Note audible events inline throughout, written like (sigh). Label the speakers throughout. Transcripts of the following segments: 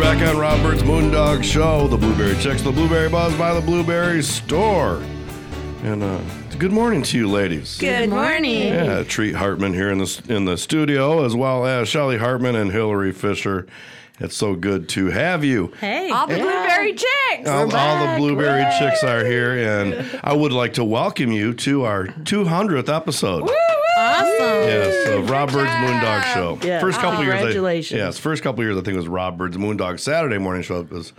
Speaker 1: back on Robert's Moondog Show, the Blueberry Chicks, the Blueberry Buzz by the Blueberry Store. And uh, good morning to you, ladies.
Speaker 2: Good morning.
Speaker 1: Yeah, Treat Hartman here in the in the studio, as well as Shelly Hartman and Hillary Fisher. It's so good to have you.
Speaker 3: Hey.
Speaker 2: All the blueberry chicks.
Speaker 1: All, all the blueberry chicks are here, and I would like to welcome you to our 200th episode.
Speaker 3: awesome.
Speaker 1: Yes, of Rob Bird's Moondog Show.
Speaker 3: Yeah.
Speaker 1: First couple years,
Speaker 3: Congratulations.
Speaker 1: I, yes, first couple years I think it was Rob Bird's Moondog Saturday morning show. It was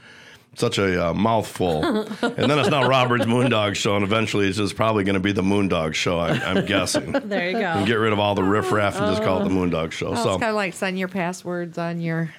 Speaker 1: such a uh, mouthful,
Speaker 3: (laughs)
Speaker 1: and then it's now Robert's Moondog Show, and eventually it's just probably going to be the Moondog Show. I, I'm guessing.
Speaker 3: (laughs) There you
Speaker 1: and
Speaker 3: go. Oh.
Speaker 1: get rid of all the riffraff and just call it the Moondog Show.
Speaker 2: Well,
Speaker 1: so
Speaker 2: it's kind of like send your passwords on your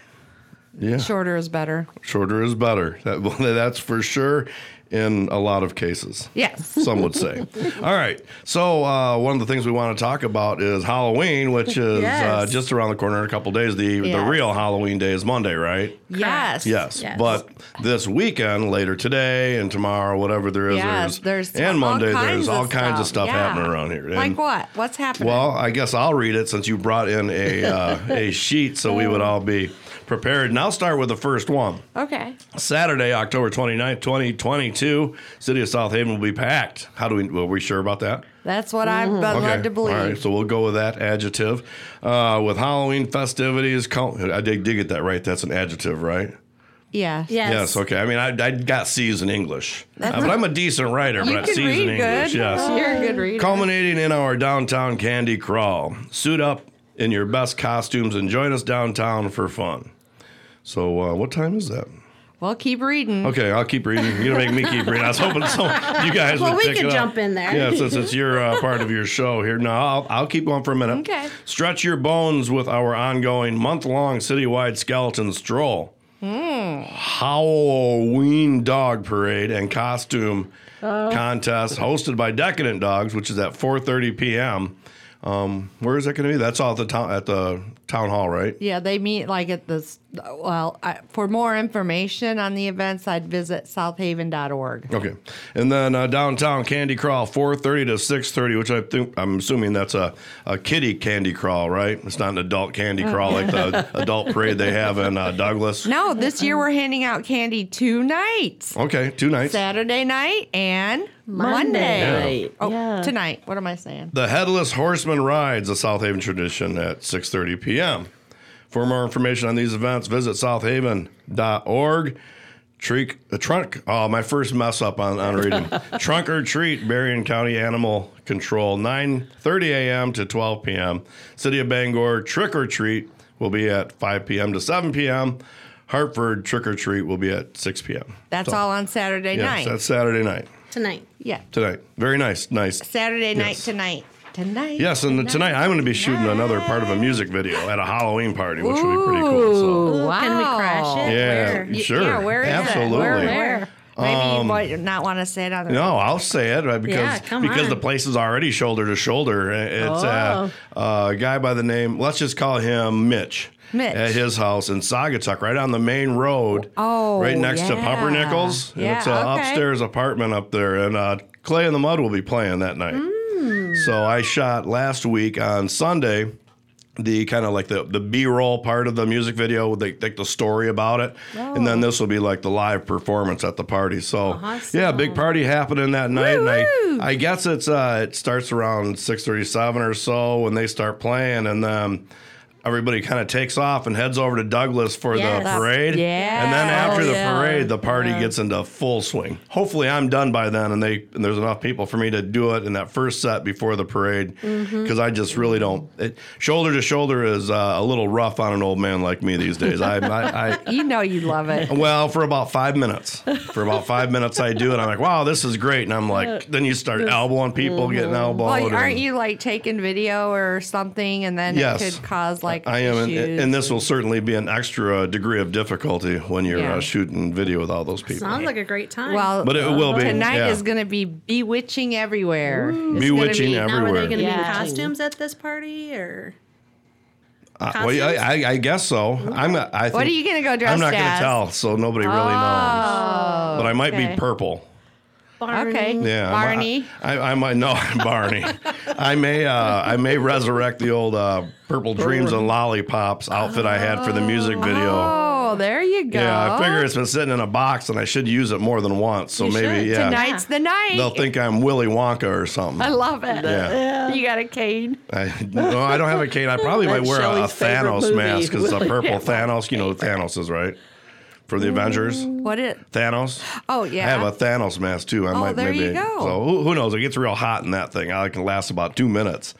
Speaker 1: yeah,
Speaker 2: shorter is better.
Speaker 1: shorter is better. That, (laughs) well, that's for sure. In a lot of cases,
Speaker 2: Yes.
Speaker 1: some would say.
Speaker 2: (laughs)
Speaker 1: All right. So uh, one of the things we want to talk about is Halloween, which is uh,
Speaker 3: Yes.
Speaker 1: just around the corner in a couple days. The the
Speaker 2: Yes.
Speaker 1: real Halloween day is Monday, right?
Speaker 2: Yes.
Speaker 1: Yes.
Speaker 3: Yes.
Speaker 1: But this weekend, later today and tomorrow, whatever there is,
Speaker 2: Yes, there's
Speaker 1: and
Speaker 2: all
Speaker 1: Monday
Speaker 2: kinds
Speaker 1: there's
Speaker 2: of
Speaker 1: all kinds of
Speaker 2: stuff.
Speaker 1: stuff
Speaker 2: Yeah.
Speaker 1: happening around here.
Speaker 2: Like
Speaker 1: And-
Speaker 2: what? What's happening?
Speaker 1: Well, I guess I'll read it since you brought in a uh, a sheet so
Speaker 2: Oh.
Speaker 1: we would all be prepared. And I'll start with the first one.
Speaker 2: okay.
Speaker 1: Saturday, October 29th, 2022, City of South Haven will be packed. How do we, were we sure about that?
Speaker 2: That's what I've been led to believe.
Speaker 1: All right, so we'll go with that adjective. Uh, with Halloween festivities, count, I did, did get that right. That's an adjective, right?
Speaker 2: Yes.
Speaker 3: Yes.
Speaker 1: Yes, okay. I mean, I, I got C's in English. Uh,
Speaker 2: That's-
Speaker 1: but I'm a decent writer,
Speaker 2: You
Speaker 1: but
Speaker 2: can
Speaker 1: C's
Speaker 2: read
Speaker 1: in
Speaker 2: good.
Speaker 1: English, yes.
Speaker 2: You're a good reader.
Speaker 1: Culminating in our downtown candy crawl. Suit up in your best costumes and join us downtown for fun. So, uh, what time is that?
Speaker 2: well, keep reading.
Speaker 3: Mm-hmm.
Speaker 1: Okay, I'll keep reading. You're gonna make me keep reading. I was hoping so you guys
Speaker 3: Well,
Speaker 1: would
Speaker 3: we
Speaker 1: pick
Speaker 3: could
Speaker 1: it up.
Speaker 3: jump in there.
Speaker 1: Yeah, since it's your uh, part of your show here. No, I'll, I'll keep going for a minute.
Speaker 2: Okay.
Speaker 1: Stretch your bones with our ongoing month-long citywide skeleton stroll.
Speaker 3: Hmm.
Speaker 1: Halloween dog parade and costume
Speaker 3: Oh.
Speaker 1: contest hosted by Decadent Dogs, which is at 4:30 p.m. Um, where is that going to be? That's all at the town at the town hall, right?
Speaker 2: Yeah, they meet like at this. Well, I, for more information on the events, I'd visit southhaven.org.
Speaker 1: Okay, and then uh, downtown candy crawl, four thirty to six thirty, which I think I'm assuming that's a, a kiddie candy crawl, right? It's not an adult candy crawl like the adult parade they have in uh, Douglas.
Speaker 2: No, this year we're handing out candy two nights
Speaker 1: Okay, two nights.
Speaker 2: Saturday night and Monday.
Speaker 3: Monday. night.
Speaker 2: Oh,
Speaker 3: Yeah.
Speaker 2: tonight. What am I saying?
Speaker 1: The Headless Horseman rides a South Haven tradition at six thirty p.m. For more information on these events, visit southhaven.org. Treat a trunk. Oh, my first mess up on, on reading. trunk or treat, Berrien County Animal Control, 9:30 a.m. to 12 p.m. City of Bangor trick or treat will be at 5 p.m. to 7 p.m. Hartford trick or treat will be at 6 p.m.
Speaker 2: That's all on Saturday
Speaker 1: Yes,
Speaker 2: night.
Speaker 1: that's Saturday night.
Speaker 3: Tonight.
Speaker 2: yeah.
Speaker 1: Tonight, very nice, nice.
Speaker 2: Saturday night
Speaker 1: Yes.
Speaker 2: tonight. Tonight.
Speaker 1: Yes, and tonight I'm going to be shooting another part of a music video at a Halloween party, which will be pretty cool. So.
Speaker 2: Ooh, wow.
Speaker 3: Can we crash it?
Speaker 1: Yeah,
Speaker 3: Where?
Speaker 1: sure.
Speaker 2: yeah, where is it?
Speaker 1: Absolutely. Um,
Speaker 2: Where, where? Maybe you might not want to say it on the
Speaker 1: No, I'll say it right, because
Speaker 3: come
Speaker 1: because
Speaker 3: on.
Speaker 1: the place is already shoulder to shoulder. It's uh,
Speaker 2: Oh.
Speaker 1: a guy by the name, let's just call him Mitch.
Speaker 2: Mitch.
Speaker 1: At his house in Saugatuck, right on the main road.
Speaker 2: Oh,
Speaker 1: Right next to
Speaker 2: yeah.
Speaker 1: Pumpernickel's. And
Speaker 2: Yeah,
Speaker 1: it's an
Speaker 2: okay.
Speaker 1: upstairs apartment up there. And uh, Clay in the Mud will be playing that night.
Speaker 2: Hmm.
Speaker 1: So I shot last week on Sunday the kind of like the, the B-roll part of the music video, the, like the story about it, and then this will be like the live performance at the party. So
Speaker 3: Awesome.
Speaker 1: yeah, big party happening that night, and I, I guess it's uh, it starts around six thirty-seven or so when they start playing, and then. Everybody kind of takes off and heads over to Douglas for
Speaker 3: Yes.
Speaker 1: the parade.
Speaker 2: Yeah.
Speaker 1: And then after
Speaker 3: Oh,
Speaker 1: the
Speaker 3: yeah.
Speaker 2: Um,
Speaker 1: parade, the party gets into full swing. Hopefully, I'm done by then, and they and there's enough people for me to do it in that first set before the parade because
Speaker 2: Mm-hmm.
Speaker 1: I just really don't. It, shoulder to shoulder is uh, a little rough on an old man like me these days. I, I,
Speaker 2: (laughs)
Speaker 1: I
Speaker 2: You know you
Speaker 1: (laughs)
Speaker 2: love it.
Speaker 1: well, for about five minutes. For about five minutes, I do it. I'm like, wow, this is great. And I'm like, then you start elbowing people, getting elbowed.
Speaker 2: Mm-hmm. Well, aren't
Speaker 1: and-
Speaker 2: you like taking video or something, and then
Speaker 1: Yes.
Speaker 2: it could cause like
Speaker 1: I am, and,
Speaker 2: issues?
Speaker 1: and this will certainly be an extra degree of difficulty when you're
Speaker 2: Yeah.
Speaker 1: uh, shooting video with all those people.
Speaker 3: Sounds like a great time.
Speaker 2: well,
Speaker 1: But it will be,
Speaker 2: tonight
Speaker 1: yeah.
Speaker 2: is going to be bewitching everywhere. It's gonna
Speaker 1: Bewitching
Speaker 2: be-
Speaker 3: now are they
Speaker 1: everywhere.
Speaker 3: going to be in
Speaker 2: Yeah.
Speaker 3: costumes at this party or?
Speaker 1: Uh, well, yeah, I, I, I guess so. I'm. not- I think,
Speaker 2: What are you gonna go
Speaker 1: I'm
Speaker 2: dressed
Speaker 1: not
Speaker 2: as? Oh,
Speaker 1: gonna tell, so nobody really knows. But I might
Speaker 2: okay.
Speaker 1: be purple.
Speaker 3: Barney?
Speaker 2: Okay.
Speaker 1: Yeah, I might-
Speaker 2: Barney.
Speaker 1: I, I, might (laughs) know Barney. I may. Uh, I may resurrect the old uh, purple dreams and lollipops outfit I had for the music video.
Speaker 2: Oh, there you go.
Speaker 1: Yeah, I figure it's been sitting in a box and I should use it more than once. So
Speaker 3: You
Speaker 1: maybe,
Speaker 3: should.
Speaker 1: yeah.
Speaker 2: Tonight's the night.
Speaker 1: They'll think I'm Willy Wonka or
Speaker 2: I
Speaker 1: something.
Speaker 2: love it.
Speaker 1: Yeah.
Speaker 2: You got a cane.
Speaker 1: I, no, I don't have a cane. I probably might
Speaker 4: That's
Speaker 1: wear a, a
Speaker 4: Shelley's favorite
Speaker 1: Thanos
Speaker 4: movie,
Speaker 1: mask because it's a
Speaker 2: (laughs)
Speaker 4: Willy
Speaker 1: purple
Speaker 4: Wonka.
Speaker 1: Thanos. You know who Thanos is, right? From the Avengers.
Speaker 2: What it?
Speaker 1: Thanos.
Speaker 2: Mm. Oh, yeah.
Speaker 1: I have a Thanos mask too. I
Speaker 2: Oh,
Speaker 1: might
Speaker 2: there
Speaker 1: maybe.
Speaker 2: you go.
Speaker 1: So who, who knows? It gets real hot in that thing. I can last about two minutes.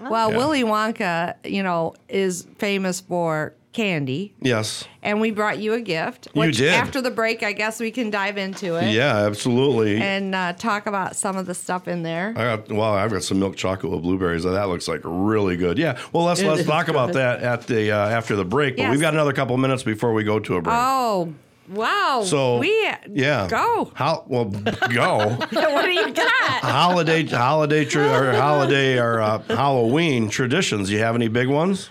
Speaker 2: Well, Willy Wonka, you know, is famous for candy.
Speaker 1: Yes.
Speaker 2: And we brought you a gift.
Speaker 1: You did.
Speaker 2: After the break, I guess we can dive into it
Speaker 1: Yeah, absolutely.
Speaker 2: and uh, talk about some of the stuff in there.
Speaker 1: I got well. I've got some milk chocolate with blueberries. That looks like really good. Yeah. Well, let's let's
Speaker 2: (laughs)
Speaker 4: is
Speaker 1: talk about that at the uh, after the break. But
Speaker 2: Yes.
Speaker 1: we've got another couple minutes before we go to a break.
Speaker 2: Oh, wow.
Speaker 1: so
Speaker 2: we
Speaker 1: yeah
Speaker 2: go. (laughs)
Speaker 1: How well go
Speaker 2: what do you got?
Speaker 1: (laughs) holiday holiday tra- or holiday or uh, Halloween traditions. You have any big ones?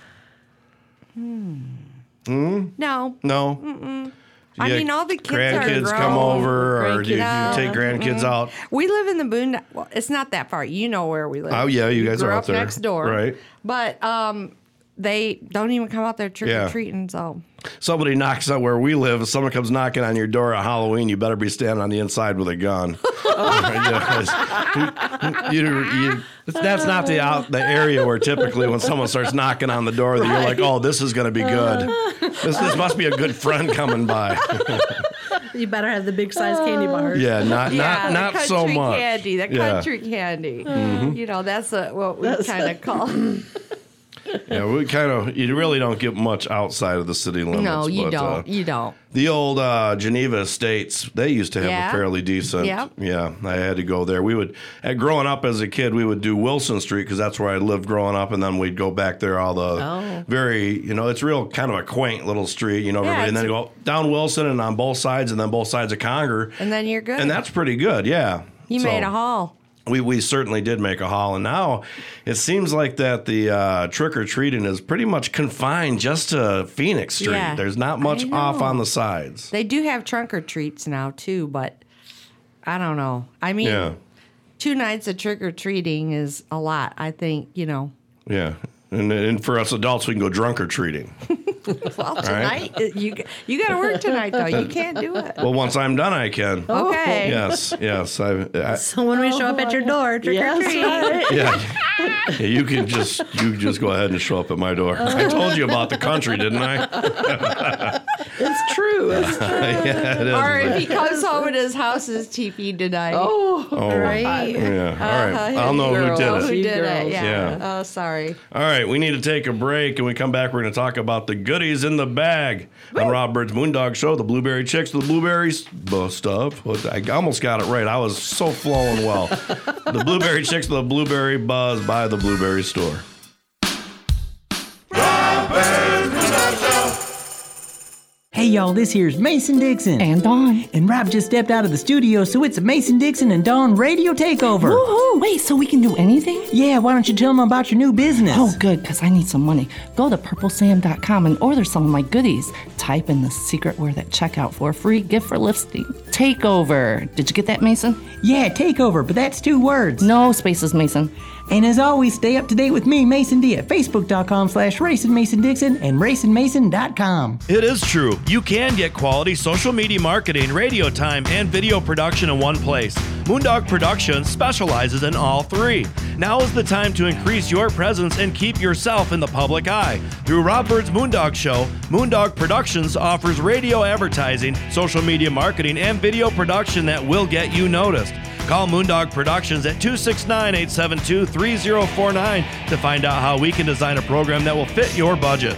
Speaker 2: No.
Speaker 1: No.
Speaker 2: I
Speaker 1: Yeah,
Speaker 2: mean, all the kids are
Speaker 1: grandkids come
Speaker 2: grown.
Speaker 1: over, or
Speaker 4: Grandkids.
Speaker 1: you, you
Speaker 2: No.
Speaker 1: take grandkids out.
Speaker 2: We live in the boond. Well, it's not that far. You know where we live.
Speaker 1: Oh, yeah, you guys
Speaker 2: grew
Speaker 1: are out
Speaker 2: up
Speaker 1: there.
Speaker 2: next door,
Speaker 1: Right.
Speaker 2: But um, they don't even come out there trick
Speaker 1: Yeah.
Speaker 2: or treating. So
Speaker 1: Somebody knocks out where we live. If someone comes knocking on your door at Halloween, you better be standing on the inside with a
Speaker 2: (laughs)
Speaker 1: gun. (laughs) Yeah, 'cause you- you- it's- that's not the out, the area where typically when someone starts knocking on the door, that you're like, oh, this is going to be good. This, this must be a good friend coming
Speaker 2: (laughs)
Speaker 1: by.
Speaker 4: You better have the big size candy bars.
Speaker 1: yeah, not
Speaker 2: yeah,
Speaker 1: not
Speaker 2: the
Speaker 1: not
Speaker 2: country
Speaker 1: so much.
Speaker 2: Candy, the
Speaker 1: Yeah. Mm-hmm.
Speaker 2: country candy. You know, that's uh what we kind of (laughs) call.
Speaker 1: Yeah, we kind of you really don't get much outside of the city limits.
Speaker 2: no, you
Speaker 1: but, uh,
Speaker 2: don't. you don't.
Speaker 1: The old uh, Geneva Estates, they used to have
Speaker 2: Yeah.
Speaker 1: a fairly decent.
Speaker 2: Yep.
Speaker 1: Yeah, I had to go there. We would, at growing up as a kid, we would do Wilson Street because that's where I lived growing up, and then we'd go back there. All the
Speaker 4: Oh.
Speaker 1: very, you know, it's real kind of a quaint little street, you know,
Speaker 2: Yeah,
Speaker 1: everybody, and then you
Speaker 2: it's-
Speaker 1: go down Wilson and on both sides, and then both sides of Conger,
Speaker 2: And then you're good.
Speaker 1: and that's pretty good. Yeah,
Speaker 2: you
Speaker 1: So-
Speaker 2: made a haul.
Speaker 1: we, we certainly did make a haul, and now it seems like that the uh, trick or treating is pretty much confined just to Phoenix Street.
Speaker 2: Yeah.
Speaker 1: There's not much
Speaker 2: I
Speaker 1: off
Speaker 2: know.
Speaker 1: on the sides.
Speaker 2: They do have trunk or treats now too, but I don't know. I mean,
Speaker 1: Yeah,
Speaker 2: two nights of trick or treating is a lot. I think you know.
Speaker 1: yeah, and and for us adults, we can go drunk or treating.
Speaker 2: Well,
Speaker 1: right.
Speaker 2: tonight uh, you you got to work tonight though. You can't do it.
Speaker 1: well, once I'm done, I can.
Speaker 2: (laughs) Okay.
Speaker 1: Yes, yes, I,
Speaker 2: (laughs)
Speaker 1: I
Speaker 3: So when we show up at your door, trick or
Speaker 4: Yes.
Speaker 3: treat.
Speaker 1: yeah. Yeah, You can just you can just go ahead and show up at my door.
Speaker 2: Oh.
Speaker 1: I told you about the country, didn't
Speaker 2: (laughs)
Speaker 1: I? (laughs)
Speaker 4: It's true. It's true.
Speaker 1: yeah, it is.
Speaker 2: (laughs) Or if he comes home and his house is TP tonight.
Speaker 4: Oh,
Speaker 1: Oh,
Speaker 4: right.
Speaker 2: Uh,
Speaker 1: yeah. All right. I'll know who did
Speaker 4: Girl.
Speaker 1: it.
Speaker 2: Who
Speaker 4: You
Speaker 2: did it?
Speaker 4: girls.
Speaker 2: Yeah.
Speaker 1: Yeah.
Speaker 2: Oh, sorry.
Speaker 1: All right, we need to take a break. And we come back, we're going to talk about the goodies in the bag on Rob Bird's Moondog Show, the Blueberry Chicks, the Blueberries uh, stuff. What- I almost got it right. I was so flowing well. the Blueberry Chicks, the Blueberry Buzz by the Blueberry Store.
Speaker 5: Hey y'all, this here's Mason Dixon.
Speaker 6: And Dawn.
Speaker 5: And Rob just stepped out of the studio, so it's a Mason Dixon and Dawn radio takeover.
Speaker 6: Woohoo! Oh, Wait, so we can do anything?
Speaker 5: Yeah, why don't you tell them about your new business?
Speaker 6: Oh, good, because I need some money. Go to purplesam.com and order some of my goodies. Type in the secret word at checkout for a free gift for listing. Takeover. Did you get that, Mason?
Speaker 5: yeah, takeover, but that's two words.
Speaker 6: No spaces, Mason.
Speaker 5: And as always, stay up to date with me, Mason D, at facebook.com slash racing Mason Dixon and racingmason.com.
Speaker 7: It is true. You can get quality social media marketing, radio time, and video production in one place. Moondog Productions specializes in all three. Now is the time to increase your presence and keep yourself in the public eye. Through Rob Bird's Moondog Show, Moondog Productions offers radio advertising, social media marketing, and video production that will get you noticed. Call Moondog Productions at 269 872 3049 to find out how we can design a program that will fit your budget.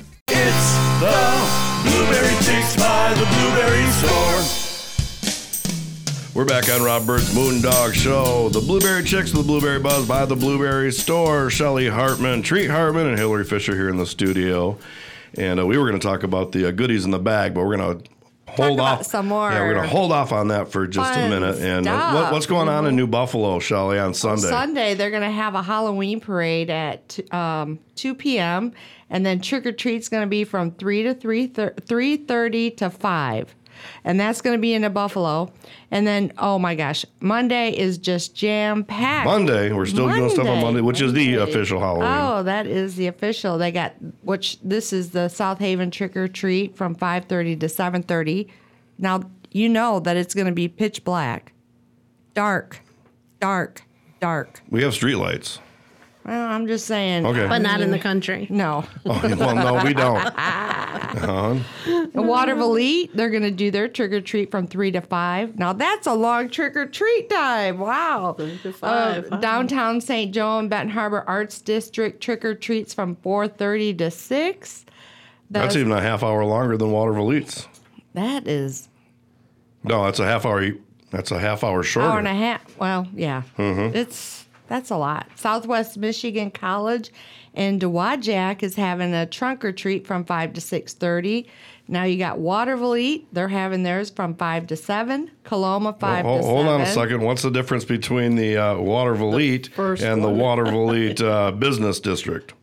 Speaker 7: It's the Blueberry Chicks by the Blueberry Store.
Speaker 1: We're back on Rob Bird's Moondog Show, the Blueberry Chicks, the Blueberry Buzz by the Blueberry Store. Shelley Hartman, Treat Hartman, and Hillary Fisher here in the studio.
Speaker 8: And uh, we were going to talk about the uh, goodies in the bag, but we're going to hold
Speaker 2: about
Speaker 8: off
Speaker 2: some more
Speaker 8: Yeah, we're going to hold off on that for just a
Speaker 2: fun
Speaker 8: minute. And uh,
Speaker 2: stuff. Mm-hmm.
Speaker 8: what, what's going on in New Buffalo, Shelley, on Sunday?
Speaker 2: Sunday, they're going to have a Halloween parade at um, 2 p.m. and then trick or treat's going to be from 3 to 3 three thirty to 5. And that's going to be in a Buffalo. And then oh my gosh, Monday is just jam packed.
Speaker 8: Monday, we're still doing stuff on
Speaker 2: Monday.
Speaker 8: Monday, which is the official Halloween.
Speaker 2: Oh, that is the official. They got which this is the South Haven trick or treat from 5:30 to 7:30. Now, you know that it's going to be pitch black. Dark. Dark. Dark.
Speaker 8: We have streetlights.
Speaker 2: Well, I'm just saying.
Speaker 8: Okay.
Speaker 3: but not in the country. (laughs)
Speaker 2: No.
Speaker 8: Oh, (laughs) well, no, we don't.
Speaker 2: The Waterville Elite, they're going to do their trick or treat from 3 to 5. Now, that's a long trick or treat time. Wow. 3
Speaker 3: to five, wow.
Speaker 2: Downtown St. Joe and Benton Harbor Arts District trick or treats from 4:30 to 6.
Speaker 8: That's even a half hour longer than Waterville Eats.
Speaker 2: That is
Speaker 8: No, that's a half hour. e- That's a half hour shorter.
Speaker 2: hour and a half. Well, yeah.
Speaker 8: Mm-hmm.
Speaker 2: It's that's a lot. Southwest Michigan College in Dowagiac is having a trunk or treat from five to six thirty. Now you got Waterville Eat. They're having theirs from five to seven. Coloma five
Speaker 8: Ho-
Speaker 2: to
Speaker 8: hold
Speaker 2: seven.
Speaker 8: on a second. What's the difference between the uh, Waterville Eat
Speaker 3: first
Speaker 8: and the
Speaker 2: (laughs)
Speaker 3: one.
Speaker 8: Waterville Eat uh, Business District?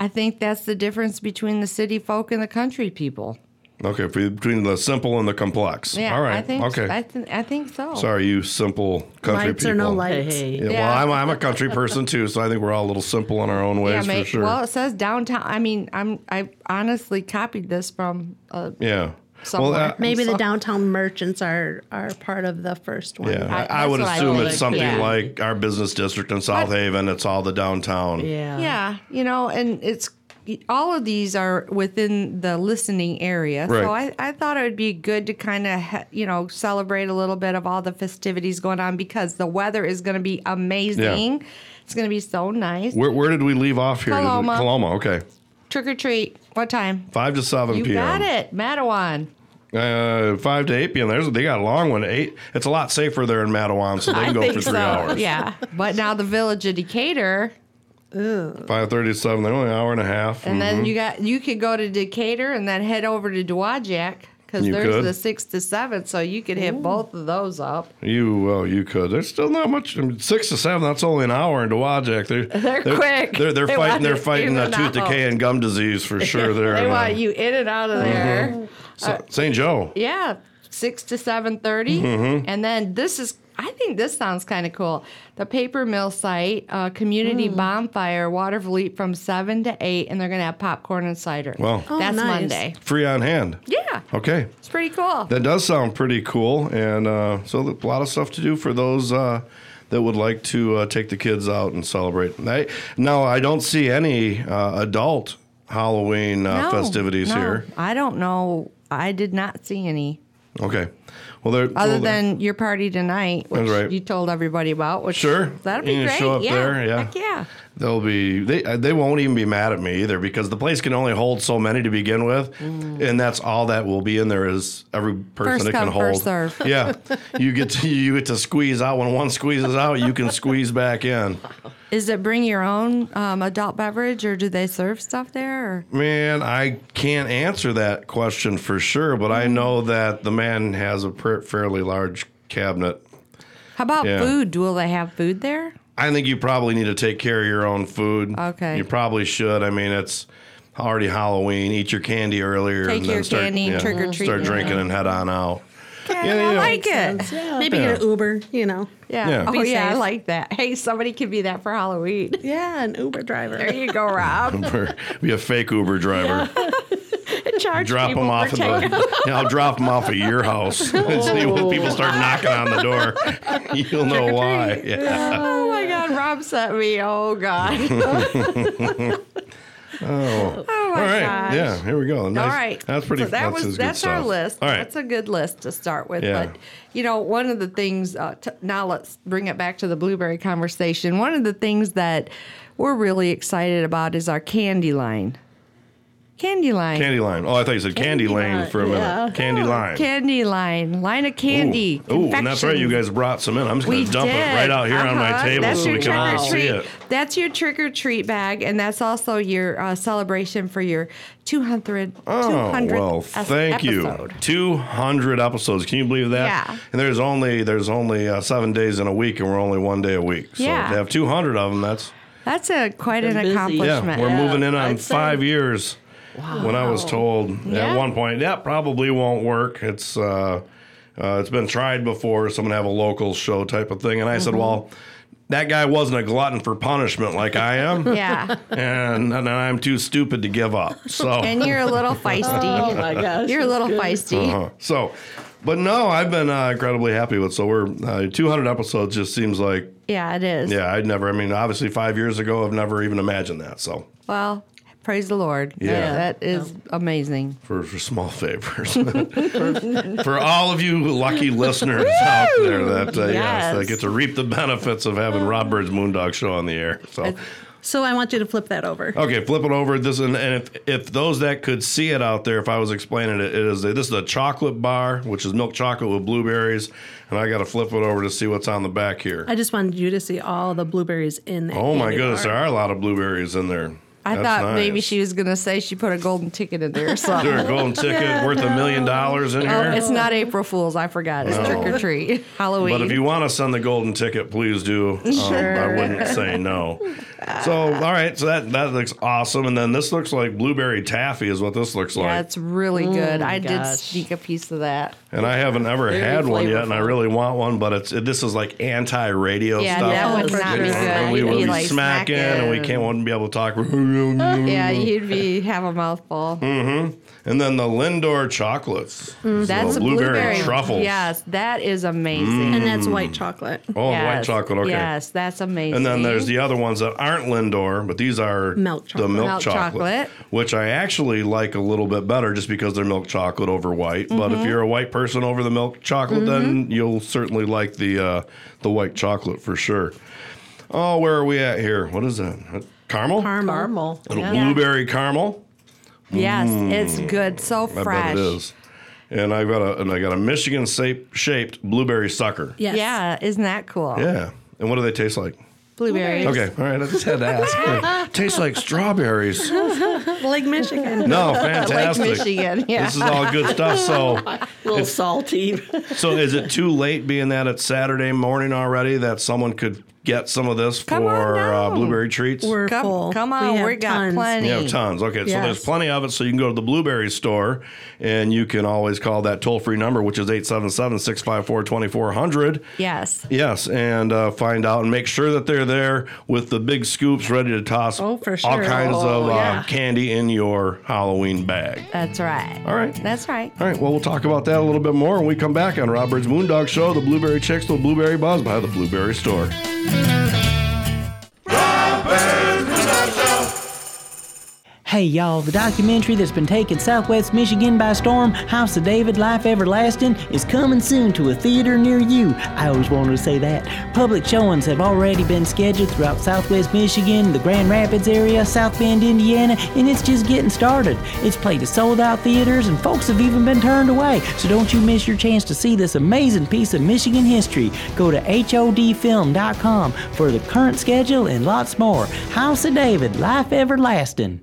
Speaker 2: I think that's the difference between the city folk and the country people.
Speaker 8: Okay, for- between the simple and the complex.
Speaker 2: Yeah,
Speaker 8: All right.
Speaker 2: I think.
Speaker 8: okay.
Speaker 2: I, th- I think so.
Speaker 8: Sorry, you simple country
Speaker 3: lights
Speaker 8: people.
Speaker 3: or no lights.
Speaker 8: Yeah,
Speaker 2: Yeah.
Speaker 8: Well, I'm, I'm a country person too, so I think we're all a little simple in our own ways
Speaker 2: Yeah,
Speaker 8: for
Speaker 2: mate.
Speaker 8: sure.
Speaker 2: Well, it says downtown. I mean, I'm I honestly copied this from uh, a
Speaker 8: yeah.
Speaker 2: somewhere.
Speaker 8: Well, uh,
Speaker 3: Maybe the downtown merchants are are part of the first one.
Speaker 8: yeah,
Speaker 2: I-
Speaker 8: I, I would
Speaker 2: that's what I
Speaker 8: assume
Speaker 2: think,
Speaker 8: it's something
Speaker 2: yeah.
Speaker 8: like our business district in South Haven. It's all the downtown.
Speaker 3: Yeah.
Speaker 2: Yeah, you know, and it's all of these are within the listening area. So
Speaker 8: Right.
Speaker 2: I, I thought it would be good to kind of, you know, celebrate a little bit of all the festivities going on because the weather is going to be amazing. It's going to be so nice.
Speaker 8: Where, where did we leave off here? Did we-
Speaker 2: Coloma.
Speaker 8: Coloma. Okay.
Speaker 2: Trick or treat. What time?
Speaker 8: Five to seven
Speaker 2: You
Speaker 8: p.m.
Speaker 2: got it. Mattawan.
Speaker 8: Uh, five to eight p.m. There's they got a long one. Eight. It's a lot safer there in
Speaker 2: (laughs)
Speaker 8: Mattawan, so they can go for three hours.
Speaker 2: Yeah. (laughs) But now the village of Decatur.
Speaker 8: Five thirty to seven. They're only an hour and a half.
Speaker 2: And then you got you could go to Decatur and then head over to Dowagiac because
Speaker 8: You
Speaker 2: there's
Speaker 8: could.
Speaker 2: the six to seven. So you could hit both of those up.
Speaker 8: You well, you could. There's still not much. I mean, six to seven. That's only an hour into
Speaker 2: (laughs)
Speaker 8: Wajak. They're, they're
Speaker 2: quick.
Speaker 8: They're they're
Speaker 2: They
Speaker 8: fighting.
Speaker 2: want
Speaker 8: They're
Speaker 2: it
Speaker 8: fighting
Speaker 2: in
Speaker 8: uh,
Speaker 2: and
Speaker 8: tooth
Speaker 2: out.
Speaker 8: decay and gum disease
Speaker 2: (laughs)
Speaker 8: for sure. There.
Speaker 2: They
Speaker 8: in, uh, Mm-hmm.
Speaker 2: want you Uh, in and out of there.
Speaker 8: Sa- St. Joe.
Speaker 2: Yeah, six to seven
Speaker 8: Mm-hmm.
Speaker 2: and then this is. I think this sounds kind of cool. The paper mill site, uh, community bonfire, water fleet from seven to eight, and they're gonna have popcorn and cider.
Speaker 8: Wow. Oh,
Speaker 2: that's
Speaker 3: nice.
Speaker 2: Monday.
Speaker 8: Free on hand.
Speaker 2: Yeah,
Speaker 8: Okay.
Speaker 2: it's pretty cool.
Speaker 8: That does sound pretty cool, and uh, so a lot of stuff to do for those uh, that would like to uh, take the kids out and celebrate. I, now, I don't see any uh, adult Halloween uh,
Speaker 2: No,
Speaker 8: festivities
Speaker 2: no,
Speaker 8: here.
Speaker 2: I don't know. I did not see any
Speaker 8: Okay, well, there
Speaker 2: other
Speaker 8: well, there-
Speaker 2: than your party tonight, which
Speaker 8: right.
Speaker 2: you told everybody about. Which
Speaker 8: Sure.
Speaker 2: that'll be
Speaker 8: You can
Speaker 2: great.
Speaker 8: show up
Speaker 2: yeah,
Speaker 8: there, yeah.
Speaker 2: Heck yeah.
Speaker 8: They'll be they uh, they won't even be mad at me either because the place can only hold so many to begin with, and that's all that will be in there is every person
Speaker 2: Mm. First
Speaker 8: that can
Speaker 2: come,
Speaker 8: hold.
Speaker 2: first serve. (laughs)
Speaker 8: Yeah, you get to, you get to squeeze out when one squeezes out, you can squeeze back in.
Speaker 2: Is it bring your own um, adult beverage, or do they serve stuff there? Or?
Speaker 8: Man, I can't answer that question for sure, but
Speaker 2: Mm-hmm.
Speaker 8: I know that the man has a pr- fairly large cabinet.
Speaker 2: How about
Speaker 8: Yeah.
Speaker 2: food? Will they have food there?
Speaker 8: I think you probably need to take care of your own food.
Speaker 2: Okay.
Speaker 8: You probably should. I mean, it's already Halloween. Eat your candy earlier.
Speaker 2: Take your
Speaker 8: start,
Speaker 2: candy, trick or treat,
Speaker 8: Start
Speaker 2: yeah.
Speaker 8: drinking and head on out.
Speaker 2: I
Speaker 8: yeah.
Speaker 2: like it.
Speaker 3: Maybe get an Uber, you know.
Speaker 2: Yeah.
Speaker 8: Yeah.
Speaker 2: Oh
Speaker 3: Be
Speaker 2: yeah, I
Speaker 3: safe.
Speaker 2: like that. Hey, somebody could be that for Halloween.
Speaker 3: Yeah, an Uber driver.
Speaker 2: There you (laughs) go, Rob.
Speaker 8: (laughs) Be a fake Uber driver.
Speaker 2: Charge
Speaker 8: Drop
Speaker 2: people
Speaker 8: them off
Speaker 2: for
Speaker 8: at
Speaker 2: taking-
Speaker 8: the. (laughs) Yeah, I'll drop them off at your house. (laughs) and see when people start knocking on the door, (laughs) you'll know why. Yeah.
Speaker 2: (laughs) Oh my God, Rob sent me. Oh God.
Speaker 8: (laughs)
Speaker 2: (laughs)
Speaker 8: Oh.
Speaker 2: Oh my
Speaker 8: All right.
Speaker 2: gosh.
Speaker 8: Yeah. Here we go. Nice.
Speaker 2: All right.
Speaker 8: That's pretty.
Speaker 2: So that was
Speaker 8: that's good
Speaker 2: that's our
Speaker 8: stuff.
Speaker 2: list.
Speaker 8: All right.
Speaker 2: That's a good list to start with.
Speaker 8: Yeah.
Speaker 2: But you know, one of the things uh, t- now let's bring it back to the blueberry conversation. One of the things that we're really excited about is our candy line. Candy line.
Speaker 8: Candy line. Oh, I thought you said candy, lane for a minute.
Speaker 3: yeah.
Speaker 8: Candy line.
Speaker 2: Candy line. Line of Oh, candy.
Speaker 8: Ooh, Ooh, and that's right. You
Speaker 2: confections.
Speaker 8: guys brought some in. I'm just going
Speaker 2: We
Speaker 8: to dump
Speaker 2: did.
Speaker 8: it right out here on my
Speaker 2: Uh-huh.
Speaker 8: table
Speaker 2: That's
Speaker 8: so
Speaker 2: your
Speaker 8: we can all
Speaker 2: trick or
Speaker 8: see
Speaker 2: treat.
Speaker 8: it.
Speaker 2: That's your trick or treat bag, and that's also your uh, celebration for your 200.
Speaker 8: Oh,
Speaker 2: 200th
Speaker 8: well,
Speaker 2: es-
Speaker 8: thank
Speaker 2: episode.
Speaker 8: you. 200 episodes. Can you believe that?
Speaker 2: Yeah.
Speaker 8: And there's only there's only uh, seven days in a week, and we're only one day a week. So
Speaker 2: Yeah.
Speaker 8: to have 200 of them, that's
Speaker 2: That's a quite an
Speaker 3: Been busy.
Speaker 8: yeah,
Speaker 2: accomplishment.
Speaker 8: we're moving in on
Speaker 3: I'd say-
Speaker 8: five years. When I was told at
Speaker 2: Yeah.
Speaker 8: one point, that probably won't work. It's uh, uh, it's been tried before. Someone have a local show type of thing, and I said, well. That guy wasn't a glutton for punishment like I am. (laughs)
Speaker 2: Yeah.
Speaker 8: and, and I'm too stupid to give up. So,
Speaker 2: and you're a little
Speaker 3: Oh
Speaker 2: feisty.
Speaker 3: my gosh.
Speaker 2: you're a little feisty.
Speaker 8: uh-huh. so, but no, I've been uh, incredibly happy with. So we're uh, 200 episodes. Just seems like
Speaker 2: Yeah, it is.
Speaker 8: yeah, I'd never. I mean, obviously, five years ago, I've never even imagined that. So
Speaker 2: Well, praise the Lord.
Speaker 8: Yeah.
Speaker 2: That is amazing.
Speaker 8: for, for small favors, (laughs) for, for all of you lucky listeners out there that uh, yes. that
Speaker 2: Yes.
Speaker 8: get to reap the benefits of having Rob Bird's Moondog Show on the air. So.
Speaker 3: So I want you to flip that over.
Speaker 8: Okay, flip it over. This and, and if if those that could see it out there, if I was explaining it, it is a, this is a chocolate bar, which is milk chocolate with blueberries, and I got to flip it over to see what's on the back here.
Speaker 3: I just wanted you to see all the blueberries in there.
Speaker 8: oh my goodness, there are a lot of blueberries in there.
Speaker 2: I
Speaker 8: That's
Speaker 2: thought
Speaker 8: nice.
Speaker 2: maybe she was going to say she put a golden ticket in there or something.
Speaker 8: There a golden
Speaker 2: (laughs)
Speaker 8: ticket worth a million dollars in
Speaker 2: Oh,
Speaker 8: here.
Speaker 2: it's not April Fool's. I forgot. It's
Speaker 8: No.
Speaker 2: trick or treat. Halloween.
Speaker 8: But if you want to send the golden ticket, please do. Um, I wouldn't say no. So, all right. So that that looks awesome. And then this looks like blueberry taffy is what this looks like.
Speaker 2: yeah, it's really good. I did
Speaker 6: gosh.
Speaker 2: sneak a piece of that.
Speaker 8: And I haven't ever had one yet, and I really want one. But it's it, this is like anti-radio
Speaker 2: Yeah,
Speaker 8: stuff.
Speaker 2: that
Speaker 3: would not be
Speaker 8: You know,
Speaker 3: good.
Speaker 8: and we
Speaker 2: You'd
Speaker 8: would
Speaker 2: be,
Speaker 8: be
Speaker 2: like,
Speaker 8: smacking, and we
Speaker 2: smacking.
Speaker 8: can't Mm. wouldn't be able to talk. (laughs)
Speaker 2: Yeah,
Speaker 8: yeah.
Speaker 2: you'd be have a mouthful.
Speaker 8: Mm. And then the Lindor chocolates.
Speaker 2: Mm, That's
Speaker 8: The blueberry
Speaker 2: blueberry
Speaker 8: truffles.
Speaker 2: Yes, that is amazing.
Speaker 3: And that's white chocolate.
Speaker 8: Oh, and white
Speaker 2: Yes,
Speaker 8: chocolate. Okay.
Speaker 2: Yes, that's amazing.
Speaker 8: And then there's the other ones that aren't Lindor, but these are
Speaker 3: Milk
Speaker 8: the
Speaker 3: chocolate.
Speaker 8: milk,
Speaker 2: Milk
Speaker 8: chocolate,
Speaker 2: chocolate.
Speaker 8: which I actually like a little bit better just because they're milk chocolate over white. But if you're a white person over the milk chocolate, then you'll certainly like the uh, the white chocolate for sure. Oh, where are we at here? What is that? Caramel?
Speaker 3: Caramel.
Speaker 6: Caramel.
Speaker 8: Little blueberry caramel.
Speaker 2: yes, it's good, so
Speaker 8: Mmm. I
Speaker 2: fresh.
Speaker 8: bet it is. And I got a and I got a Michigan shape, shaped blueberry sucker.
Speaker 3: Yes.
Speaker 2: Yeah, isn't that cool?
Speaker 8: Yeah. And what do they taste like?
Speaker 2: Blueberries.
Speaker 8: Okay, all right. I just had to ask. Tastes like strawberries.
Speaker 3: (laughs) Lake Oh Michigan.
Speaker 8: No, fantastic.
Speaker 2: Lake Michigan. Yeah.
Speaker 8: This is all good
Speaker 3: (laughs)
Speaker 8: stuff. So,
Speaker 6: A little salty.
Speaker 8: so is it too late being that it's Saturday morning already that someone could get some of this
Speaker 2: Come on
Speaker 8: for uh,
Speaker 2: down.
Speaker 8: blueberry treats?
Speaker 3: We're
Speaker 2: Come-
Speaker 3: full.
Speaker 2: come on,
Speaker 3: have
Speaker 2: we got plenty.
Speaker 8: you have tons. Okay, so there's
Speaker 3: Yes.
Speaker 8: plenty of it. So you can go to the blueberry store and you can always call that toll free number, which is 877 654 2400.
Speaker 2: Yes.
Speaker 8: Yes, and uh, find out and make sure that they're there with the big scoops ready to toss
Speaker 3: Oh, for
Speaker 8: all
Speaker 3: sure.
Speaker 8: kinds
Speaker 3: Oh,
Speaker 8: of uh,
Speaker 3: yeah.
Speaker 8: candy in your Halloween bag.
Speaker 2: That's right.
Speaker 8: All right.
Speaker 2: That's right.
Speaker 8: All right, well, we'll talk about that a little bit more when we come back on Robert's Moondog Show, the Blueberry Chicks, the Blueberry Buzz by the Blueberry Store.
Speaker 5: Hey y'all, the documentary that's been taking Southwest Michigan by storm, House of David, Life Everlasting, is coming soon to a theater near you. I always wanted to say that. Public showings have already been scheduled throughout Southwest Michigan, the Grand Rapids area, South Bend, Indiana, and it's just getting started. It's played at sold out theaters, and folks have even been turned away, so don't you miss your chance to see this amazing piece of Michigan history. Go to HODfilm.com for the current schedule and lots more. House of David, Life Everlasting.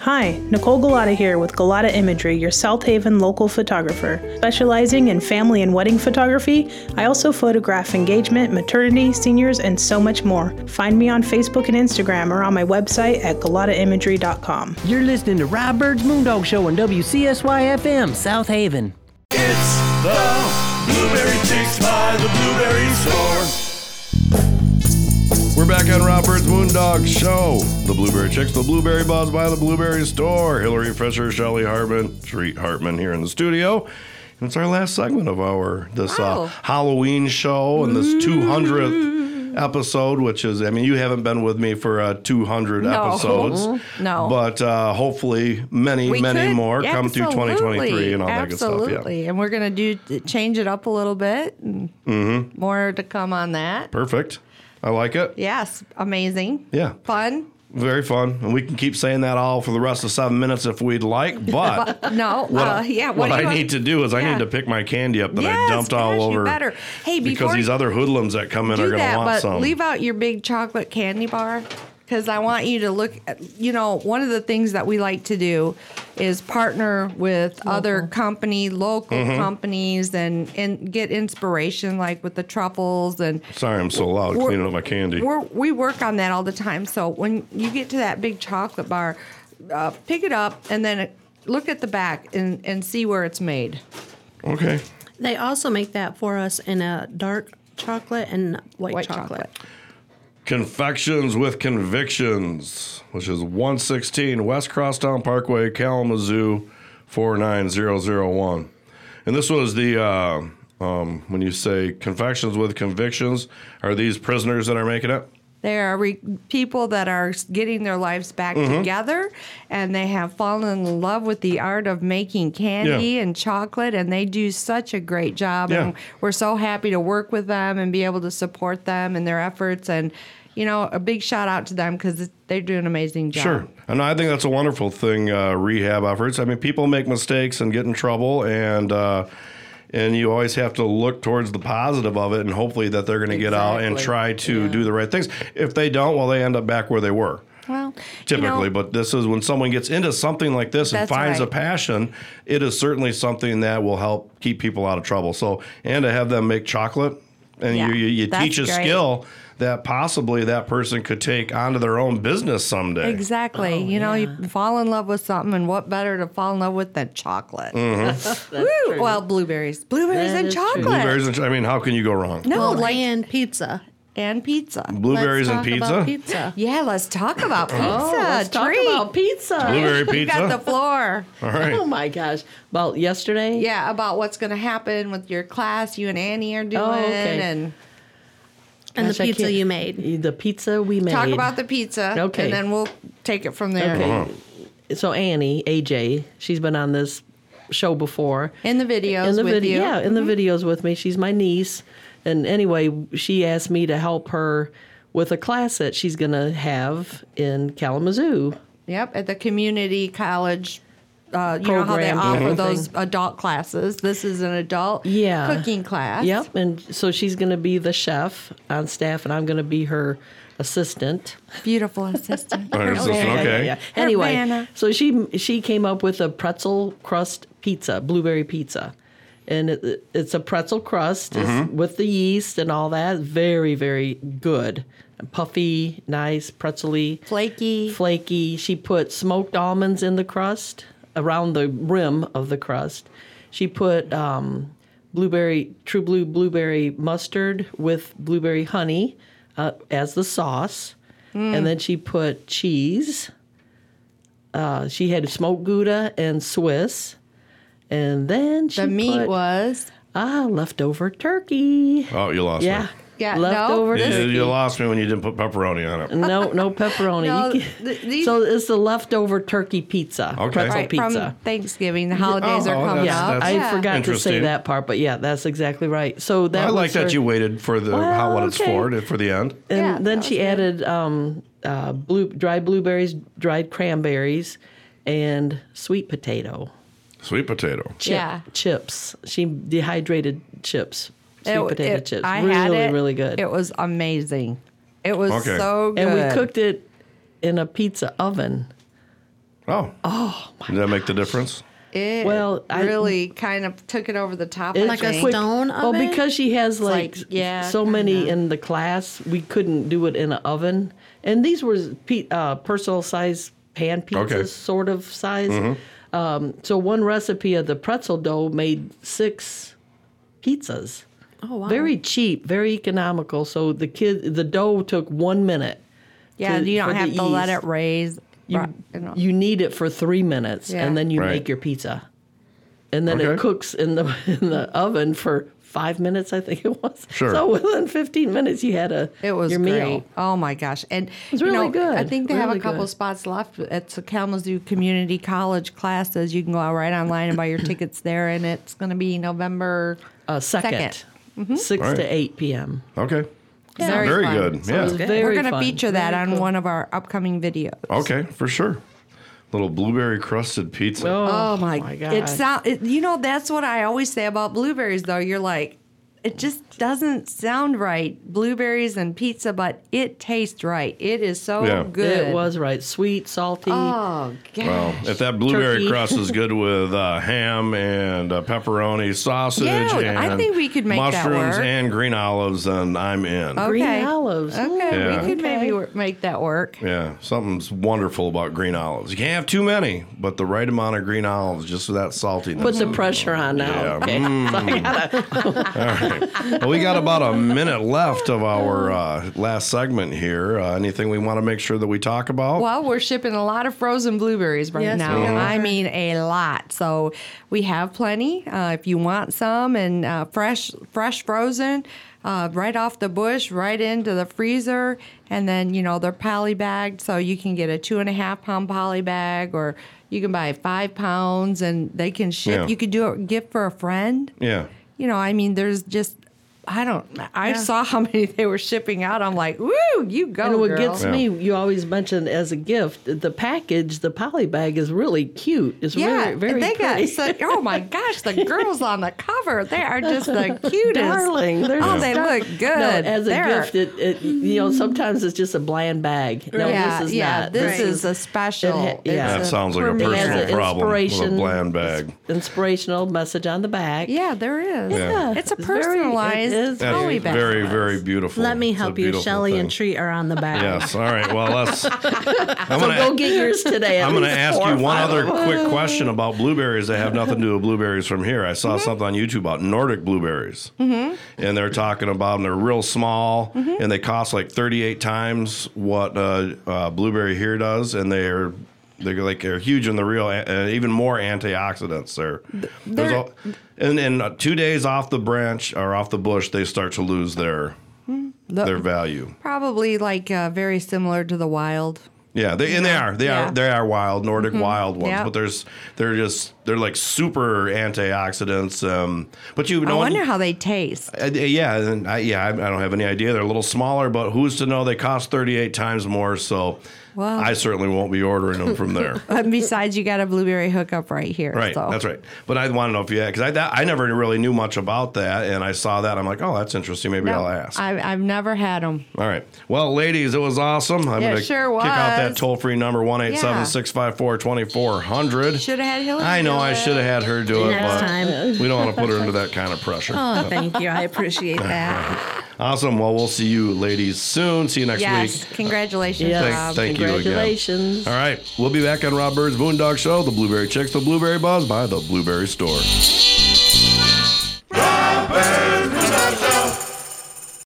Speaker 4: Hi, Nicole Galata here with Galata Imagery, your South Haven local photographer. Specializing in family and wedding photography, I also photograph engagement, maternity, seniors, and so much more. Find me on Facebook and Instagram or on my website at galataimagery.com.
Speaker 5: You're listening to Rob Bird's Moondog Show on WCSY FM, South Haven.
Speaker 1: It's the Blueberry Chicks by the Blueberry Store.
Speaker 8: We're back on Robert's Moondog Show. The Blueberry Chicks, the Blueberry Buzz by the Blueberry Store. Hillary Fisher, Shelley Hartman, Treat Hartman here in the studio. And it's our last segment of our this uh,
Speaker 2: Wow.
Speaker 8: Halloween show and this 200th episode, which is, I mean, you haven't been with me for uh, 200 episodes.
Speaker 2: (laughs) No.
Speaker 8: But uh, hopefully many,
Speaker 2: We
Speaker 8: many
Speaker 2: could-
Speaker 8: more come through 2023 and all that good
Speaker 2: absolutely.
Speaker 8: stuff. Yeah.
Speaker 2: Absolutely. And we're going to do change it up a little bit. And
Speaker 8: Mm-hmm.
Speaker 2: More to come on that.
Speaker 8: Perfect. I like it.
Speaker 2: Yes, amazing.
Speaker 8: Yeah.
Speaker 2: Fun.
Speaker 8: Very fun. And we can keep saying that all for the rest of seven minutes if
Speaker 2: (laughs)
Speaker 8: we'd like. But
Speaker 2: No.
Speaker 8: what,
Speaker 2: uh, yeah.
Speaker 8: what,
Speaker 2: do you
Speaker 8: I
Speaker 2: want-
Speaker 8: need to do is I
Speaker 2: Yeah.
Speaker 8: need to pick my candy up that
Speaker 2: Yes,
Speaker 8: I dumped
Speaker 2: gosh,
Speaker 8: all
Speaker 2: you
Speaker 8: over.
Speaker 2: better. Hey,
Speaker 8: because
Speaker 2: before
Speaker 8: these
Speaker 2: you
Speaker 8: other hoodlums that come in are
Speaker 2: do
Speaker 8: going
Speaker 2: that,
Speaker 8: to want
Speaker 2: but
Speaker 8: some.
Speaker 2: leave out your big chocolate candy bar because I want you to look. At, you know, one of the things that we like to do is partner with other company, local
Speaker 8: Mm-hmm.
Speaker 2: companies, and and get inspiration, like with the truffles and.
Speaker 8: Sorry, I'm so loud
Speaker 2: We're-
Speaker 8: cleaning up my candy.
Speaker 2: We're, we work on that all the time. So when you get to that big chocolate bar, uh, pick it up and then look at the back and, and see where it's made.
Speaker 8: Okay.
Speaker 3: They also make that for us in a dark chocolate and white,
Speaker 2: White
Speaker 3: chocolate.
Speaker 8: Confections with Convictions, which is 116 West Crosstown Parkway, Kalamazoo, 49001. And this was the, uh, um, when you say confections with convictions, are these prisoners that are making it?
Speaker 2: There are re- people that are s- getting their lives back
Speaker 8: Mm-hmm.
Speaker 2: together and they have fallen in love with the art of making candy
Speaker 8: Yeah.
Speaker 2: and chocolate, and they do such a great job.
Speaker 8: Yeah.
Speaker 2: And we're so happy to work with them and be able to support them and their efforts. And, you know, a big shout out to them because they're doing an amazing job.
Speaker 8: Sure. And I think that's a wonderful thing, uh, rehab efforts. I mean, people make mistakes and get in trouble, and uh, and you always have to look towards the positive of it, and hopefully that they're going to get out and
Speaker 2: Exactly.
Speaker 8: try to do the right things. If they don't, well, they end up back where they were.
Speaker 2: Well, you
Speaker 8: Typically,
Speaker 2: know-
Speaker 8: but this is when someone gets into something like this and
Speaker 2: That's
Speaker 8: finds a
Speaker 2: right.
Speaker 8: passion, it is certainly something that will help keep people out of trouble. So, and to have them make chocolate and
Speaker 2: Yeah,
Speaker 8: you, you, you
Speaker 2: that's
Speaker 8: teach a
Speaker 2: great.
Speaker 8: skill that possibly that person could take onto their own business someday.
Speaker 2: Exactly. you know, you fall in love with something, and what better to fall in love with than chocolate?
Speaker 8: Mm-hmm.
Speaker 2: Woo! Well, blueberries, blueberries
Speaker 6: That
Speaker 2: and
Speaker 6: is true.
Speaker 2: chocolate.
Speaker 8: Blueberries and I mean, how can you go wrong?
Speaker 2: No,
Speaker 3: Well,
Speaker 2: like
Speaker 3: and pizza.
Speaker 2: and pizza.
Speaker 8: Blueberries
Speaker 3: Let's
Speaker 8: and
Speaker 3: talk about
Speaker 8: pizza?
Speaker 3: pizza.
Speaker 2: Yeah, let's talk about pizza.
Speaker 6: Oh, let's talk
Speaker 2: Treat. (laughs)
Speaker 6: about pizza. (laughs)
Speaker 8: Blueberry
Speaker 2: You got the
Speaker 8: pizza.
Speaker 2: floor.
Speaker 8: All right.
Speaker 6: Oh my gosh. Well, yesterday,
Speaker 2: Yeah, about what's going to happen with your class. You and Annie are doing,
Speaker 6: Oh, okay.
Speaker 2: and
Speaker 3: And
Speaker 6: Gosh,
Speaker 3: the
Speaker 6: I
Speaker 3: pizza
Speaker 6: can't-
Speaker 3: you made.
Speaker 6: the pizza we made.
Speaker 2: talk about the pizza.
Speaker 6: Okay.
Speaker 2: and then we'll take it from there.
Speaker 6: Okay. So Annie, AJ, she's been on this show before.
Speaker 2: In the videos
Speaker 6: in the
Speaker 2: with
Speaker 6: vid-
Speaker 2: you. Mm-hmm.
Speaker 6: Yeah, in the videos with me. She's my niece. And anyway, she asked me to help her with a class that she's going to have in Kalamazoo.
Speaker 2: Yep, at the community college. Uh, you know how they
Speaker 6: Program
Speaker 2: offer
Speaker 6: Mhm.
Speaker 2: those adult classes. This is an adult
Speaker 6: Yeah.
Speaker 2: cooking class.
Speaker 6: Yep. And so she's going to be the chef on staff, and I'm going to be her assistant.
Speaker 2: Beautiful assistant.
Speaker 8: (laughs) All right, is Oh, this one okay.
Speaker 6: Anyway,
Speaker 2: Havana.
Speaker 6: so she she came up with a pretzel crust pizza, blueberry pizza, and it, it's a pretzel crust it's with the yeast and all that. Very very good, puffy, nice, pretzely,
Speaker 2: Flaky.
Speaker 6: flaky. She put smoked almonds in the crust around the rim of the crust. She put um, blueberry true blue blueberry mustard with blueberry honey uh, as the sauce.
Speaker 2: Mm.
Speaker 6: And then she put cheese. Uh, she had smoked Gouda and Swiss. And then she
Speaker 2: the meat
Speaker 6: put,
Speaker 2: was.
Speaker 6: ah leftover turkey.
Speaker 8: Oh, you lost
Speaker 6: Yeah.
Speaker 8: me.
Speaker 2: Yeah, no,
Speaker 6: leftover
Speaker 8: You- You,
Speaker 6: turkey.
Speaker 8: you lost me when you didn't put pepperoni on it.
Speaker 6: No, no
Speaker 2: (laughs)
Speaker 6: pepperoni.
Speaker 2: No,
Speaker 6: You can-
Speaker 2: th- these-
Speaker 6: so it's the leftover turkey pizza.
Speaker 8: Okay.
Speaker 6: Pretzel
Speaker 8: Right,
Speaker 6: pizza.
Speaker 2: From Thanksgiving, the holidays
Speaker 8: Oh,
Speaker 2: are coming
Speaker 8: that's-
Speaker 6: yeah,
Speaker 2: up.
Speaker 8: that's-
Speaker 6: I
Speaker 2: yeah.
Speaker 6: forgot to say
Speaker 8: Interesting.
Speaker 6: that part, but yeah, that's exactly right. So that
Speaker 8: I
Speaker 6: was
Speaker 8: like
Speaker 6: her-
Speaker 8: that you waited for the how what it's
Speaker 6: okay.
Speaker 8: for to- for the end.
Speaker 6: And
Speaker 2: Yeah,
Speaker 6: then
Speaker 2: that
Speaker 6: she
Speaker 2: was good.
Speaker 6: added um, uh, blue dried blueberries, dried cranberries, and sweet potato
Speaker 8: Sweet potato.
Speaker 6: chip,
Speaker 2: Yeah.
Speaker 6: chips. She dehydrated chips, sweet
Speaker 2: It-
Speaker 6: potato
Speaker 2: it-
Speaker 6: chips.
Speaker 2: I
Speaker 6: really,
Speaker 2: had it.
Speaker 6: really good.
Speaker 2: It was amazing. It was
Speaker 8: Okay.
Speaker 2: so good.
Speaker 6: and we cooked it in a pizza oven.
Speaker 8: Oh. Oh my Did that make the difference?
Speaker 2: It
Speaker 6: Well, I-
Speaker 2: really kind of took it over the top.
Speaker 6: It's
Speaker 2: I
Speaker 3: Like a
Speaker 2: think.
Speaker 6: quick-
Speaker 3: stone
Speaker 6: Well,
Speaker 3: oven?
Speaker 6: because she has like,
Speaker 2: like, yeah,
Speaker 6: so many in the class, we couldn't do it in an oven. And these were pe- uh, personal size pan pizzas,
Speaker 8: Okay.
Speaker 6: sort of size. Um, so one recipe of the pretzel dough made six pizzas.
Speaker 3: Oh, wow.
Speaker 6: Very cheap, very economical. So the kid, the dough took one minute.
Speaker 2: Yeah,
Speaker 6: to-
Speaker 2: you
Speaker 6: for
Speaker 2: don't
Speaker 6: the
Speaker 2: have to let
Speaker 6: yeast.
Speaker 2: it raise.
Speaker 6: You,
Speaker 2: right, you know.
Speaker 6: you knead it for three minutes,
Speaker 2: Yeah.
Speaker 6: and then you
Speaker 8: Right.
Speaker 6: make your pizza, and then it
Speaker 8: Okay.
Speaker 6: cooks (laughs) in the in the oven for five minutes. I think it was.
Speaker 8: Sure.
Speaker 6: So (laughs) within fifteen minutes, you had a
Speaker 2: It was
Speaker 6: your
Speaker 2: great.
Speaker 6: meal.
Speaker 2: Oh my gosh! And it's you
Speaker 6: really
Speaker 2: know,
Speaker 6: good.
Speaker 2: I think they have
Speaker 6: Really
Speaker 2: a couple
Speaker 6: good.
Speaker 2: spots left at the Kalamazoo Community College classes. You can go out right online and buy your tickets there, and it's going to be November
Speaker 6: Uh, 2nd
Speaker 2: 2nd.
Speaker 6: 6
Speaker 8: Right.
Speaker 6: to 8 p.m.
Speaker 8: Okay.
Speaker 2: Mm-hmm. Very,
Speaker 8: Very
Speaker 2: fun.
Speaker 8: good. Yeah.
Speaker 6: Sounds good.
Speaker 2: We're
Speaker 6: Very
Speaker 2: going to
Speaker 6: fun.
Speaker 2: feature that
Speaker 6: Very
Speaker 2: on
Speaker 6: cool.
Speaker 2: one of our upcoming videos.
Speaker 8: Okay, for sure. Little blueberry crusted pizza.
Speaker 2: Oh my,
Speaker 6: God.
Speaker 2: god! It sound it, you know that's what I always say about blueberries though. You're like, it just doesn't sound right. Blueberries and pizza, but it tastes right. It is so
Speaker 8: Yeah.
Speaker 2: good.
Speaker 6: It was right. Sweet, salty.
Speaker 2: Oh gosh. (laughs)
Speaker 8: Well, if that blueberry
Speaker 6: Turkey.
Speaker 8: crust is good with uh, ham and uh, pepperoni sausage,
Speaker 2: Yeah, I
Speaker 8: and
Speaker 2: think we could make that
Speaker 8: mushrooms
Speaker 2: work.
Speaker 8: and green olives, then I'm in.
Speaker 2: okay.
Speaker 6: Green olives.
Speaker 2: Okay,
Speaker 8: Yeah.
Speaker 2: we could maybe wor- make that work.
Speaker 8: Yeah, something's wonderful about green olives. You can't have too many, but the right amount of green olives, just for that saltiness.
Speaker 6: Put the pressure on now.
Speaker 8: Yeah.
Speaker 6: Okay.
Speaker 8: mm.
Speaker 6: (laughs) So I gotta-
Speaker 8: (laughs) well, we got about a minute left of our uh, last segment here. Uh, anything we want to make sure that we talk about?
Speaker 2: Well, we're shipping a lot of frozen blueberries right
Speaker 3: Yes,
Speaker 2: now.
Speaker 3: we are.
Speaker 2: I mean, a lot. So we have plenty. Uh, if you want some and uh, fresh, fresh frozen, uh, right off the bush, right into the freezer, and then you know they're poly bagged, so you can get a two and a half pound poly bag, or you can buy five pounds, and they can ship.
Speaker 8: Yeah.
Speaker 2: You could do a gift for a friend.
Speaker 8: yeah.
Speaker 2: You know, I mean, there's just. I don't. I saw how (laughs) many they were shipping out. I'm like, woo, you go.
Speaker 6: and what
Speaker 2: girl.
Speaker 6: gets
Speaker 8: Yeah.
Speaker 6: me, you always mention as a gift, the package, the poly bag is really cute. It's
Speaker 2: Yeah,
Speaker 6: really very
Speaker 2: they
Speaker 6: pretty.
Speaker 2: got so, oh
Speaker 6: (laughs)
Speaker 2: my gosh, the girls on the cover, they are just the cutest.
Speaker 6: Darling, they're
Speaker 2: oh,
Speaker 6: just
Speaker 2: they
Speaker 6: dar-
Speaker 2: look good.
Speaker 6: (laughs) No, as a
Speaker 2: They're-
Speaker 6: gift, it, it you know sometimes it's just a bland bag. No,
Speaker 2: yeah,
Speaker 6: this is
Speaker 2: yeah,
Speaker 6: not.
Speaker 2: this is a
Speaker 6: it
Speaker 2: special.
Speaker 6: ha- yeah.
Speaker 8: That sounds like a
Speaker 2: for me,
Speaker 8: personal
Speaker 2: it's a-
Speaker 8: problem with a
Speaker 6: inspiration.
Speaker 8: bland bag.
Speaker 6: inspirational message on the back.
Speaker 2: yeah, there is.
Speaker 8: Yeah.
Speaker 2: It's a
Speaker 6: It's very- it
Speaker 2: personalized
Speaker 6: is
Speaker 8: That's
Speaker 2: poly bag.
Speaker 8: very, very beautiful.
Speaker 3: Let me
Speaker 8: It's a
Speaker 3: help you.
Speaker 8: beautiful
Speaker 3: Shelley and
Speaker 8: thing.
Speaker 3: Tree are on the back.
Speaker 8: Yes. All right.
Speaker 6: (laughs)
Speaker 8: Well, let's. I'm gonna.
Speaker 6: Go get yours today. at
Speaker 8: I'm going to
Speaker 6: least
Speaker 8: ask
Speaker 6: four
Speaker 8: you
Speaker 6: or
Speaker 8: one
Speaker 6: five
Speaker 8: other
Speaker 6: of 'em.
Speaker 8: quick question about blueberries that have nothing to do with blueberries from here. I saw
Speaker 6: Mm-hmm.
Speaker 8: something on YouTube about Nordic blueberries, mm-hmm. and they're talking about them. They're real small,
Speaker 6: Mm-hmm.
Speaker 8: and they cost like 38 times what uh, uh, blueberry here does, and they're they're like they're huge in the real, uh, even more antioxidants there. There's
Speaker 2: they're-
Speaker 8: all, and and uh, two days off the branch or off the bush, they start to lose their
Speaker 2: The-
Speaker 8: their value.
Speaker 2: Probably like uh, very similar to the wild.
Speaker 8: Yeah, they, and they are they
Speaker 2: Yeah. Mm-hmm.
Speaker 8: are they are wild Nordic wild ones,
Speaker 2: Yeah.
Speaker 8: but there's they're just they're like super antioxidants. Um, but you
Speaker 2: I
Speaker 8: know,
Speaker 2: wonder how they taste.
Speaker 8: uh, yeah, and I, yeah, I, I don't have any idea. They're a little smaller, but who's to know? They cost thirty eight times more, so
Speaker 2: Wow.
Speaker 8: I certainly won't be ordering them from
Speaker 2: (laughs)
Speaker 8: there.
Speaker 2: And Uh, besides, you got a blueberry hookup right here.
Speaker 8: Right,
Speaker 2: so.
Speaker 8: that's right. But I want to know if you because I that, I never really knew much about that, and I saw that I'm like, oh, that's interesting. Maybe
Speaker 2: No,
Speaker 8: I'll ask.
Speaker 2: I, I've never had them.
Speaker 8: All right. Well, ladies, it was awesome. I'm
Speaker 2: Yeah,
Speaker 8: going to
Speaker 2: sure
Speaker 8: kick out that
Speaker 2: was.
Speaker 8: toll free number 187 654 2400.
Speaker 2: Should have had Hillary.
Speaker 8: I know
Speaker 2: do
Speaker 8: I
Speaker 2: it.
Speaker 8: should have had her do it,
Speaker 3: Next
Speaker 8: but
Speaker 3: time.
Speaker 8: we don't want to put
Speaker 2: (laughs)
Speaker 8: her under that kind of pressure.
Speaker 3: Oh, thank you. I
Speaker 8: (laughs)
Speaker 3: appreciate that.
Speaker 8: Awesome. Well, we'll see you ladies soon. See you next
Speaker 2: Yes,
Speaker 8: week.
Speaker 2: congratulations,
Speaker 6: Yes.
Speaker 8: Thank-
Speaker 2: Rob.
Speaker 8: thank you again.
Speaker 6: Congratulations.
Speaker 8: All right. We'll be back on Rob Bird's Boondog Show, The Blueberry Chicks, The Blueberry Buzz by The Blueberry Store.